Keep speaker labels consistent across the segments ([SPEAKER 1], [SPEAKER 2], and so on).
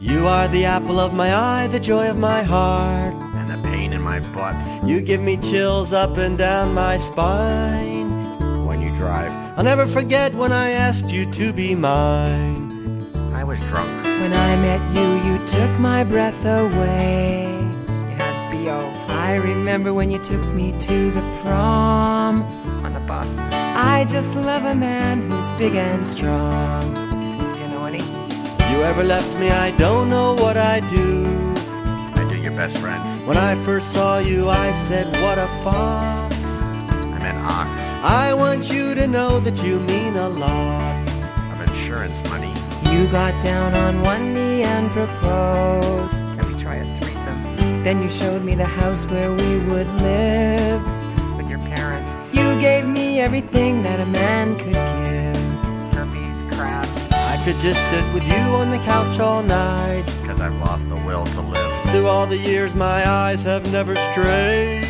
[SPEAKER 1] You are the apple of my eye, the joy of my heart.
[SPEAKER 2] and the pain in my butt
[SPEAKER 1] You give me chills up and down my spine.
[SPEAKER 2] when you drive.
[SPEAKER 1] I'll never forget when I asked you to be mine.
[SPEAKER 2] I was drunk.
[SPEAKER 3] When I met you, you took my breath away. oh,
[SPEAKER 2] Yeah, B.O.
[SPEAKER 3] I remember when you took me to the prom on the bus. I just love a man who's big and strong. Do you know any?
[SPEAKER 1] You ever left me, I don't know what I do.
[SPEAKER 2] I do your best friend.
[SPEAKER 1] When I first saw you, I said, What a fox.
[SPEAKER 2] I'm an ox
[SPEAKER 1] I want you to know that you mean a lot.
[SPEAKER 2] of insurance money.
[SPEAKER 3] You got down on one knee and proposed. Let me try a threesome. Then you showed me the house where we would live with your parents. You gave me everything that a man could give. Herpes, crabs.
[SPEAKER 1] I could just sit with you on the couch all night.
[SPEAKER 2] Because I've lost the will to live
[SPEAKER 1] Through all the years, my eyes have never strayed.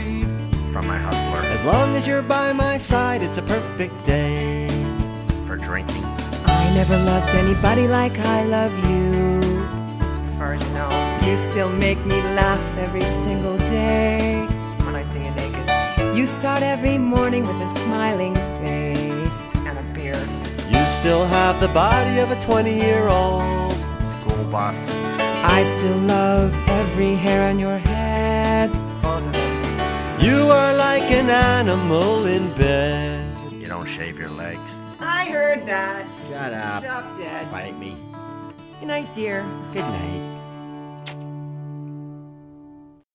[SPEAKER 2] from my hustler
[SPEAKER 1] As long as you're by my side, it's a perfect day.
[SPEAKER 2] for drinking.
[SPEAKER 3] I never loved anybody like I love you. As far as you know, you still make me laugh every single day when I see you naked. You start every morning with a smiling face and a beard.
[SPEAKER 1] You still have the body of a 20 year old.
[SPEAKER 2] School bus.
[SPEAKER 3] I still love every hair on your head. Both of them.
[SPEAKER 1] You are like an animal in bed.
[SPEAKER 2] You don't shave your legs.
[SPEAKER 3] I heard that.
[SPEAKER 2] Shut up.
[SPEAKER 1] Uh,
[SPEAKER 3] Drop dead.
[SPEAKER 2] Bite me.
[SPEAKER 3] Good night, dear.
[SPEAKER 1] Good night.